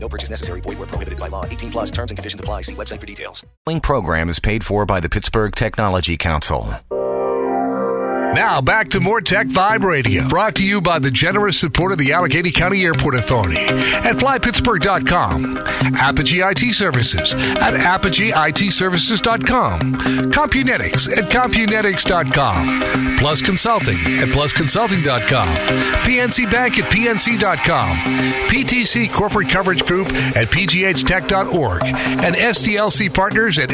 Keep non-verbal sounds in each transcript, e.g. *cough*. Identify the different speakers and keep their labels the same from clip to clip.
Speaker 1: No purchase necessary. Void where prohibited by law. 18 plus terms and conditions apply. See website for details.
Speaker 2: following program is paid for by the Pittsburgh Technology Council.
Speaker 3: Now back to more Tech Vibe Radio, brought to you by the generous support of the Allegheny County Airport Authority at flypittsburgh.com, Apogee IT Services at apogeeitservices.com, Compunetics at compunetics.com, Plus Consulting at plusconsulting.com, PNC Bank at pnc.com, PTC Corporate Coverage Group at pghtech.org, and SDLC Partners at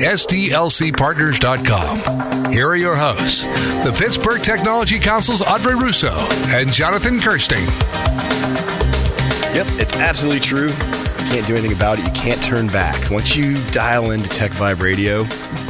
Speaker 3: sdlcpartners.com. Here are your hosts, the Pittsburgh Technology Council's Audrey Russo and Jonathan Kirsting.
Speaker 4: Yep, it's absolutely true. You can't do anything about it. You can't turn back. Once you dial into Tech Vibe Radio,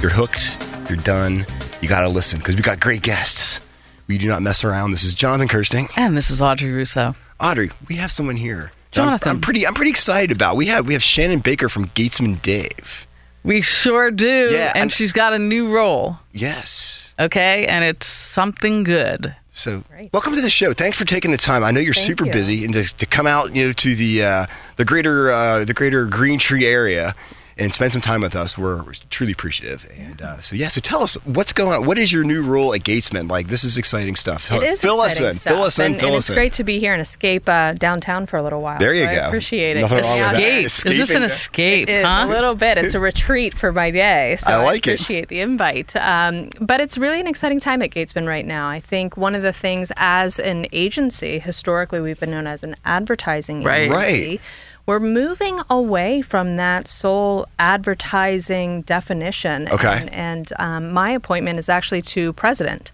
Speaker 4: you're hooked. You're done. You got to listen because we've got great guests. We do not mess around. This is Jonathan Kirsting.
Speaker 5: And this is Audrey Russo.
Speaker 4: Audrey, we have someone here. that I'm-
Speaker 5: Jonathan.
Speaker 4: I'm, pretty. I'm pretty excited about. We have we have Shannon Baker from Gatesman Dave.
Speaker 5: We sure do.
Speaker 4: Yeah,
Speaker 5: and
Speaker 4: and-
Speaker 5: she's got a new role,
Speaker 4: Yes.
Speaker 5: okay? And it's something good.
Speaker 4: So welcome to the show. Thanks for taking the time. I know you're super busy and to, to come out, you know, to the uh, the greater uh, the greater Green Tree area and spend some time with us. We're, we're truly appreciative. And uh, so yeah, so tell us what's going on. What is your new role at Gatesman? Like this is exciting stuff.
Speaker 6: It is
Speaker 4: fill
Speaker 6: exciting
Speaker 4: us in.
Speaker 6: Stuff.
Speaker 4: Fill us in.
Speaker 6: And,
Speaker 4: fill
Speaker 6: and
Speaker 4: us
Speaker 6: it's
Speaker 4: in.
Speaker 6: great to be here and escape uh, downtown for a little while.
Speaker 4: There you
Speaker 6: so I
Speaker 4: go.
Speaker 6: appreciate it.
Speaker 4: Nothing
Speaker 6: Getting
Speaker 4: wrong with
Speaker 6: out
Speaker 4: that.
Speaker 6: there.
Speaker 5: Escape. Is this an
Speaker 4: Escaping.
Speaker 5: escape,
Speaker 6: It is
Speaker 5: huh?
Speaker 6: a little bit. It's a retreat for my day. So
Speaker 4: I like it.
Speaker 6: Appreciate the invite. Um, but it's really an exciting time at Gatesman right now. I think one of the things as an agency, historically we've been known as an advertising
Speaker 5: Right.
Speaker 4: Right.
Speaker 6: agency. We're moving away from that sole advertising definition.
Speaker 4: Okay.
Speaker 6: And, and um, my appointment is actually to president.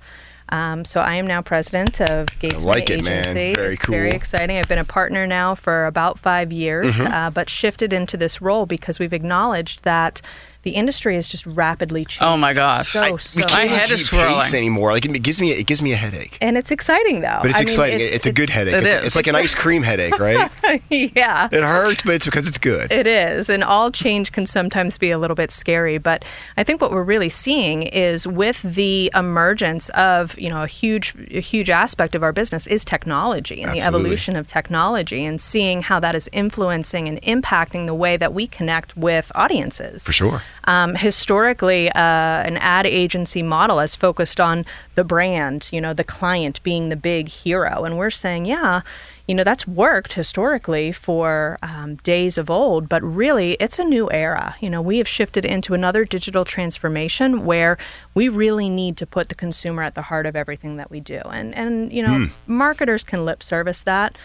Speaker 6: Um, so I am now president of Gatesman
Speaker 4: like it, man.
Speaker 6: Agency.
Speaker 4: Very
Speaker 6: It's Very
Speaker 4: cool.
Speaker 6: exciting. I've been a partner now for about five years,
Speaker 4: Mm-hmm.
Speaker 6: uh, but shifted into this role because we've acknowledged that the industry is just rapidly changing.
Speaker 5: Oh, my gosh.
Speaker 6: So,
Speaker 4: I,
Speaker 6: so
Speaker 4: we
Speaker 5: My
Speaker 4: can't
Speaker 5: head
Speaker 4: keep
Speaker 5: is swirling.
Speaker 4: pace anymore. Like it gives me it gives me a headache.
Speaker 6: and it's exciting though.
Speaker 4: But it's
Speaker 6: I mean,
Speaker 4: exciting. it's, a good headache.
Speaker 5: it
Speaker 4: it's,
Speaker 5: is.
Speaker 4: it's like an ice cream headache, right?
Speaker 6: *laughs* yeah.
Speaker 4: it hurts, but it's because it's good.
Speaker 6: It is. And all change can sometimes be a little bit scary. But I think what we're really seeing is with the emergence of, you know, a huge, a huge aspect of our business is technology and the
Speaker 4: Absolutely.
Speaker 6: evolution of technology and seeing how that is influencing and impacting the way that we connect with audiences.
Speaker 4: For sure.
Speaker 6: Um, historically, uh, an ad agency model has focused on the brand, you know, the client being the big hero. And we're saying, yeah, you know, that's worked historically for um, days of old, but really it's a new era. You know, we have shifted into another digital transformation where we really need to put the consumer at the heart of everything that we do. And, and you know, marketers can lip service that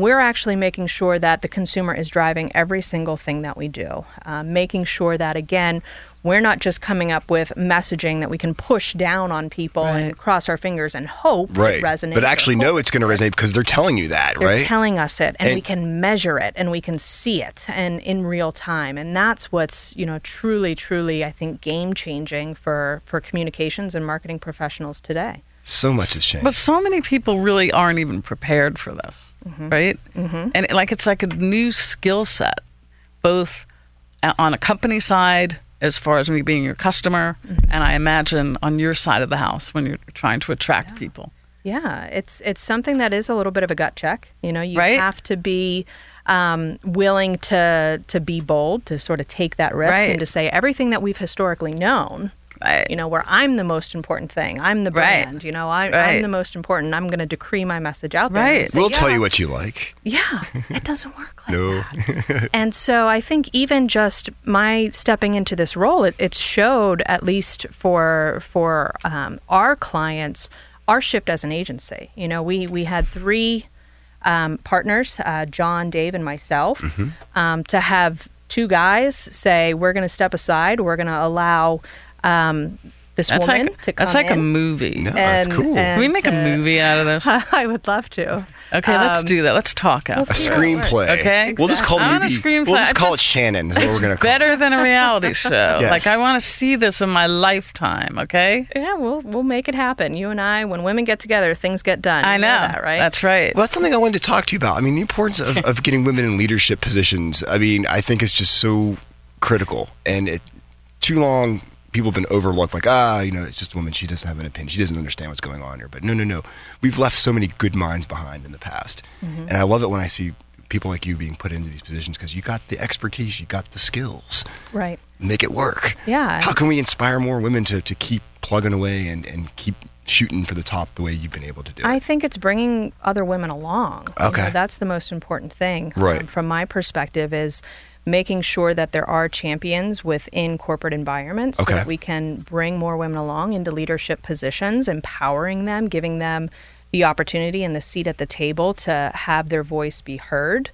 Speaker 6: we're actually making sure that the consumer is driving every single thing that we do, uh, making sure that, again, we're not just coming up with messaging that we can push down on people and cross our fingers and hope
Speaker 4: Right.
Speaker 6: it resonates.
Speaker 4: But actually,
Speaker 6: or hope
Speaker 4: know it's going to resonate because they're telling you that,
Speaker 6: they're
Speaker 4: right?
Speaker 6: telling us it and,
Speaker 4: And-
Speaker 6: we can measure it and we can see it and in real time and that's what's you know truly truly i think game changing for for communications and marketing professionals today
Speaker 4: so much has changed.
Speaker 5: But so many people really aren't even prepared for this, right? Mm-hmm. And like it's like a new skill set, both a- on a company side as far as me being your customer,
Speaker 6: Mm-hmm.
Speaker 5: and I imagine on your side of the house when you're trying to attract people.
Speaker 6: Yeah, it's it's something that is a little bit of a gut check. You know, you
Speaker 5: Right.
Speaker 6: have to be um, willing to to be bold, to sort of take that risk,
Speaker 5: Right.
Speaker 6: and to say everything that we've historically known.
Speaker 5: Right.
Speaker 6: You know, where I'm the most important thing. I'm the
Speaker 5: Right.
Speaker 6: brand. You know, I,
Speaker 5: Right.
Speaker 6: I'm the most important. I'm going to decree my message out there.
Speaker 5: Right.
Speaker 4: we'll tell you what you like.
Speaker 6: Yeah, it doesn't work like
Speaker 4: No.
Speaker 6: that. And so I think even just my stepping into this role, it, it showed at least for for um, our clients our shift as an agency. You know, we we had three um, partners, uh, John, Dave, and myself, um, to have two guys say we're going to step aside, we're going to allow. Um, this
Speaker 5: That's
Speaker 6: woman
Speaker 5: like
Speaker 6: to come
Speaker 5: that's like a
Speaker 6: in
Speaker 5: movie.
Speaker 4: No, that's
Speaker 6: and-
Speaker 4: cool.
Speaker 6: and
Speaker 5: Can we make a
Speaker 6: to-
Speaker 5: movie out of this?
Speaker 6: *laughs* I would love to.
Speaker 5: Okay, let's
Speaker 6: Um,
Speaker 5: do that. Let's talk
Speaker 4: a *laughs*
Speaker 5: after.
Speaker 6: see what
Speaker 4: screenplay.
Speaker 5: Okay.
Speaker 4: We'll just call
Speaker 5: I
Speaker 4: it
Speaker 5: want a
Speaker 4: maybe-
Speaker 5: screenplay.
Speaker 4: We'll just
Speaker 5: I
Speaker 4: call it
Speaker 5: just-
Speaker 4: Shannon. Is what we're gonna call it.
Speaker 5: Better than
Speaker 4: *laughs*
Speaker 5: a reality show.
Speaker 4: Yes.
Speaker 5: Like I want to see this in my lifetime. Okay.
Speaker 6: Yeah, we'll we'll make it happen. You and I, when women get together, things get done.
Speaker 5: I
Speaker 6: You
Speaker 5: know.
Speaker 6: that, right?
Speaker 5: That's right.
Speaker 4: Well, that's something I wanted to talk to you about. I mean, the importance of, of getting women in leadership positions. I mean, I think it's just so critical, and it too long people have been overlooked. Like, ah, you know, it's just a woman. She doesn't have an opinion. She doesn't understand what's going on here. But no, no, no. We've left so many good minds behind in the past,
Speaker 5: Mm-hmm.
Speaker 4: and I love it when I see people like you being put into these positions because you got the expertise, you got the skills.
Speaker 6: right.
Speaker 4: Make it work.
Speaker 6: Yeah.
Speaker 4: How can we inspire more women to, to keep plugging away and, and keep shooting for the top the way you've been able to do it?
Speaker 6: I think it's bringing other women along. You know,
Speaker 4: Okay.
Speaker 6: that's the most important thing. um,
Speaker 4: Right.
Speaker 6: from my perspective, is making sure that there are champions within corporate environments
Speaker 4: Okay.
Speaker 6: so that we can bring more women along into leadership positions, empowering them, giving them the opportunity and the seat at the table to have their voice be heard.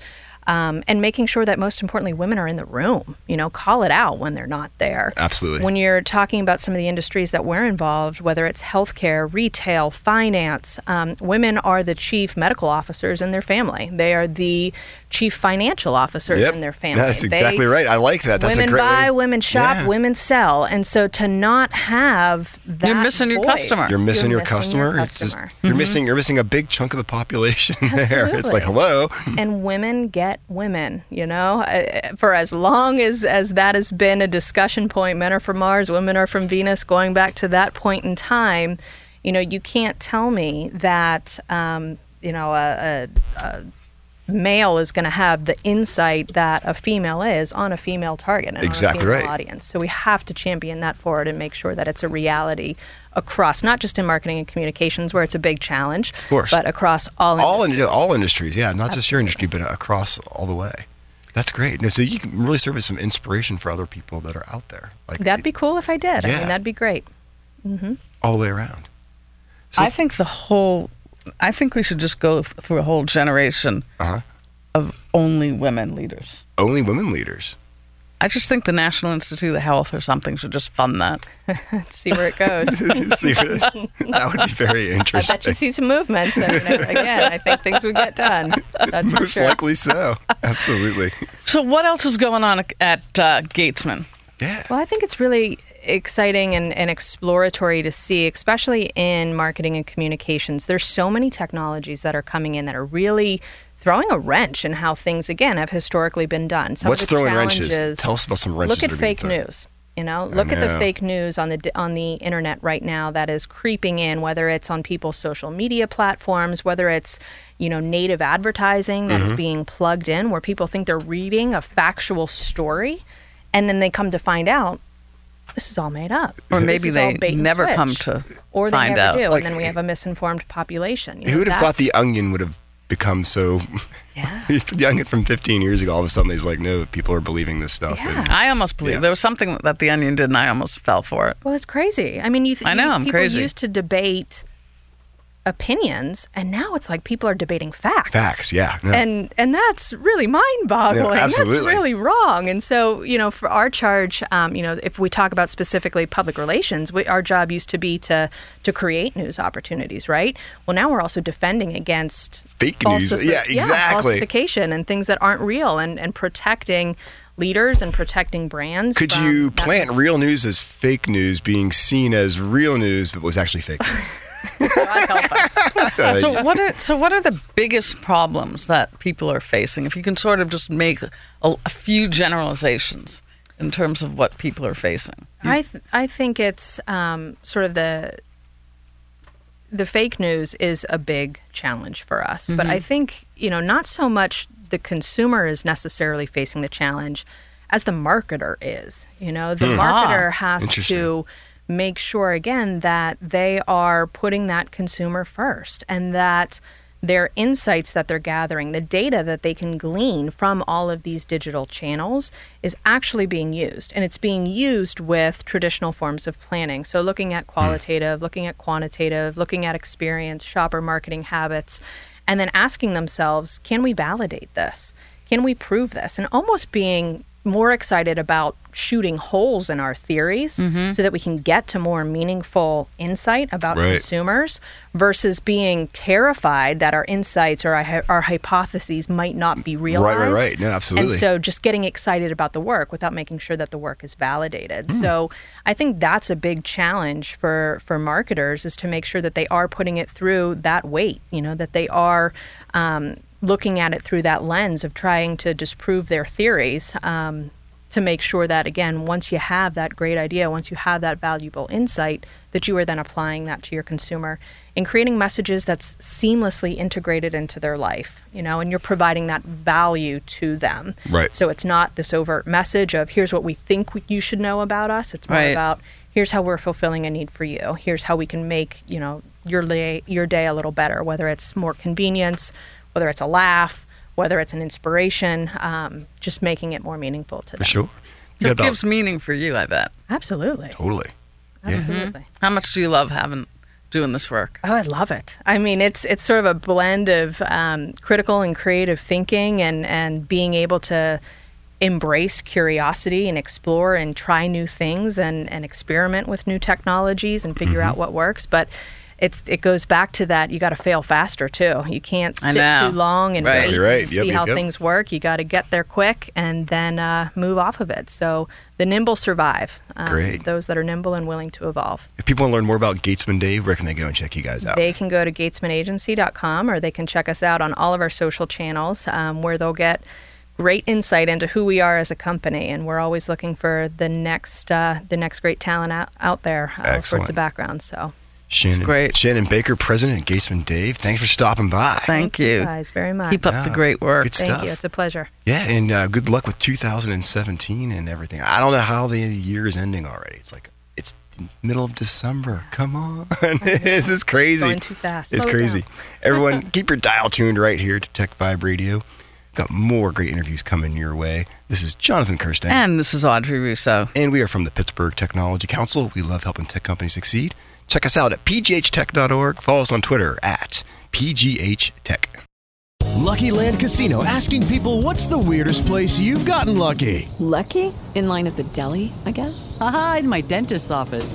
Speaker 6: Um, and making sure that most importantly, women are in the room. You know, call it out when they're not there.
Speaker 4: Absolutely.
Speaker 6: When you're talking about some of the industries that we're involved, whether it's healthcare, retail, finance, um, women are the chief medical officers in their family. They are the chief financial officers
Speaker 4: Yep.
Speaker 6: in their family.
Speaker 4: That's
Speaker 6: They-
Speaker 4: exactly right. I like that. That's
Speaker 6: women
Speaker 4: a great
Speaker 6: buy,
Speaker 4: way-
Speaker 6: women shop,
Speaker 4: Yeah.
Speaker 6: women sell, and so to not have that
Speaker 5: You're missing your
Speaker 6: voice-
Speaker 5: customer.
Speaker 4: You're missing your
Speaker 6: missing
Speaker 4: customer. It's just-
Speaker 6: customer. Mm-hmm.
Speaker 4: you're missing you're missing a big chunk of the population *laughs* there. It's
Speaker 6: Absolutely.
Speaker 4: like hello.
Speaker 6: *laughs* and women get women you know I- I- for as long as as that has been a discussion point men are from mars women are from venus going back to that point in time you know you can't tell me that um, you know a, a, a male is going to have the insight that a female is on a female target and on a
Speaker 4: Exactly
Speaker 6: female
Speaker 4: right.
Speaker 6: audience so we have to champion that forward and make sure that it's a reality across not just in marketing and communications where it's a big challenge
Speaker 4: course.
Speaker 6: but across all
Speaker 4: All in all industries, yeah, not just your industry, but across all the way. That's great. And so you can really serve as some inspiration for other people that are out there, like
Speaker 6: That'd be cool if I did. I
Speaker 4: Yeah.
Speaker 6: mean, that'd be great.
Speaker 4: all the way around.
Speaker 5: I think the whole. I think we should just go th- through a whole generation
Speaker 4: Uh-huh.
Speaker 5: of only women leaders.
Speaker 4: Only women leaders. *laughs*
Speaker 5: I just think the National Institute of Health or something should just fund that.
Speaker 6: Let's see where
Speaker 4: *laughs*
Speaker 6: it goes.
Speaker 4: See,
Speaker 6: *laughs*
Speaker 4: that would be very
Speaker 6: I bet you
Speaker 4: interesting.
Speaker 6: see some movement. I mean, again, I think things would get done. That's for
Speaker 4: Most
Speaker 6: sure.
Speaker 4: likely
Speaker 6: *laughs*
Speaker 4: so. Absolutely.
Speaker 5: So what else is going on at uh, Gatesman?
Speaker 4: Yeah.
Speaker 6: Well, I think it's really exciting and, and exploratory to see, especially in marketing and communications. There's so many technologies that are coming in that are really throwing a wrench in how things, again, have historically been done. Some of
Speaker 4: What's
Speaker 6: the
Speaker 4: throwing
Speaker 6: challenges-
Speaker 4: wrenches? Tell us about some wrenches.
Speaker 6: look at
Speaker 4: that are being
Speaker 6: fake
Speaker 4: thrown.
Speaker 6: news you know look at
Speaker 4: know.
Speaker 6: the fake news on the d- on the internet right now that is creeping in whether it's on people's social media platforms whether it's you know native advertising that is
Speaker 5: Mm-hmm.
Speaker 6: being plugged in where people think they're reading a factual story and then they come to find out this is all made up
Speaker 5: Or
Speaker 6: This
Speaker 5: maybe
Speaker 6: is all
Speaker 5: they
Speaker 6: bait and
Speaker 5: never
Speaker 6: switch.
Speaker 5: come to
Speaker 6: or they
Speaker 5: find
Speaker 6: never
Speaker 5: out.
Speaker 6: do
Speaker 4: Like,
Speaker 6: and then we have a misinformed population You
Speaker 4: Who
Speaker 6: know,
Speaker 4: would have thought the
Speaker 6: that's-
Speaker 4: onion would have become so? *laughs*
Speaker 6: Yeah.
Speaker 4: the onion from 15 years ago, all of a sudden, he's like, no, people are believing this stuff.
Speaker 6: Yeah.
Speaker 4: And-
Speaker 5: I almost believe
Speaker 4: Yeah.
Speaker 5: there was something that the Onion did, and I almost fell for it.
Speaker 6: Well, it's crazy. I mean, you. Th-
Speaker 5: I know,
Speaker 6: you-
Speaker 5: I'm
Speaker 6: people
Speaker 5: crazy.
Speaker 6: used to debate opinions, and now it's like people are debating facts.
Speaker 4: Facts, yeah, no.
Speaker 6: And and that's really mind-boggling.
Speaker 4: No, absolutely.
Speaker 6: That's really wrong. And so, you know, for our charge, um, you know, if we talk about specifically public relations, we, our job used to be to to create news opportunities, right? Well, now we're also defending against
Speaker 4: Fake news.
Speaker 6: falsifi-
Speaker 4: Yeah, exactly.
Speaker 6: falsification and things that aren't real, and and protecting leaders and protecting brands.
Speaker 4: Could
Speaker 6: from
Speaker 4: you
Speaker 6: that
Speaker 4: plant
Speaker 6: mis-
Speaker 4: real news as fake news being seen as real news, but was actually fake
Speaker 6: *laughs*
Speaker 4: news?
Speaker 6: God help us.
Speaker 4: Uh,
Speaker 5: So what are so what are the biggest problems that people are facing? If you can sort of just make a, a few generalizations in terms of what people are facing.
Speaker 6: I th- I think it's um, sort of the the fake news is a big challenge for us, but I think you know not so much the consumer is necessarily facing the challenge as the marketer is. You know, the marketer has
Speaker 4: Interesting.
Speaker 6: to make sure again that they are putting that consumer first and that their insights that they're gathering, the data that they can glean from all of these digital channels is actually being used. And it's being used with traditional forms of planning. So, looking at qualitative, looking at quantitative, looking at experience, shopper marketing habits, and then asking themselves, can we validate this? Can we prove this? And almost being more excited about shooting holes in our theories so that we can get to more meaningful insight about
Speaker 4: Right.
Speaker 6: consumers versus being terrified that our insights or our, hy- our hypotheses might not be
Speaker 4: right,
Speaker 6: realized.
Speaker 4: right. No, absolutely.
Speaker 6: And so just getting excited about the work without making sure that the work is validated. So I think that's a big challenge for for marketers is to make sure that they are putting it through that weight. You know that they are. Um, looking at it through that lens of trying to disprove their theories um, to make sure that again once you have that great idea once you have that valuable insight that you are then applying that to your consumer and creating messages that's seamlessly integrated into their life you know and you're providing that value to them
Speaker 4: Right.
Speaker 6: so it's not this overt message of here's what we think you should know about us it's more
Speaker 5: Right.
Speaker 6: about here's how we're fulfilling a need for you here's how we can make you know your day, your day a little better whether it's more convenience whether it's a laugh whether it's an inspiration um, just making it more meaningful to
Speaker 4: for
Speaker 6: them
Speaker 4: sure.
Speaker 5: So
Speaker 4: Yeah,
Speaker 5: it
Speaker 4: about-
Speaker 5: gives meaning for you, I bet.
Speaker 6: absolutely
Speaker 4: totally.
Speaker 6: absolutely
Speaker 5: How much do you love having doing this work?
Speaker 6: Oh, I love it. I mean, it's it's sort of a blend of um, critical and creative thinking, and and being able to embrace curiosity and explore and try new things and and experiment with new technologies and
Speaker 5: Mm-hmm.
Speaker 6: figure out what works. But it's it goes back to that you got to fail faster too. You can't
Speaker 5: I
Speaker 6: sit
Speaker 5: know.
Speaker 6: too long and
Speaker 4: Right.
Speaker 6: wait
Speaker 4: You're right.
Speaker 6: and
Speaker 4: Yep,
Speaker 6: see
Speaker 4: yep,
Speaker 6: how
Speaker 4: yep.
Speaker 6: things work. You got to get there quick and then uh, move off of it. So the nimble survive. Um,
Speaker 4: Great.
Speaker 6: Those that are nimble and willing to evolve.
Speaker 4: If people want to learn more about Gatesman Dave, where can they go and check you guys out?
Speaker 6: They can go to gatesmanagency.com or they can check us out on all of our social channels um, where they'll get great insight into who we are as a company. And we're always looking for the next uh, the next great talent out, out there, uh, all sorts
Speaker 4: Excellent.
Speaker 6: of backgrounds. So
Speaker 4: Shannon,
Speaker 5: Great.
Speaker 4: Shannon Baker, President of Gatesman Dave. Thanks for stopping by.
Speaker 5: Thank you.
Speaker 6: guys very much.
Speaker 5: Keep up the
Speaker 4: Yeah.
Speaker 5: great work.
Speaker 4: Good
Speaker 6: Thank
Speaker 4: stuff.
Speaker 6: you. It's a pleasure.
Speaker 4: Yeah, and uh, good luck with 2017 and everything. I don't know how the year is ending already. It's like it's the middle of December. Come on, *laughs* this is crazy.
Speaker 6: Going too fast.
Speaker 4: It's
Speaker 6: Slow
Speaker 4: crazy.
Speaker 6: down. *laughs*
Speaker 4: Everyone, keep your dial tuned right here to Tech Vibe Radio. Got more great interviews coming your way. This is Jonathan Kirsten,
Speaker 6: Um,
Speaker 5: And this is Audrey Russo.
Speaker 4: and we are from the Pittsburgh Technology Council. We love helping tech companies succeed. Check us out at pghtech.org. Follow us on Twitter at pghtech.
Speaker 7: Lucky Land Casino asking people what's the weirdest place you've gotten lucky?
Speaker 8: Lucky? In line at the deli, I guess?
Speaker 9: Aha, in my dentist's office.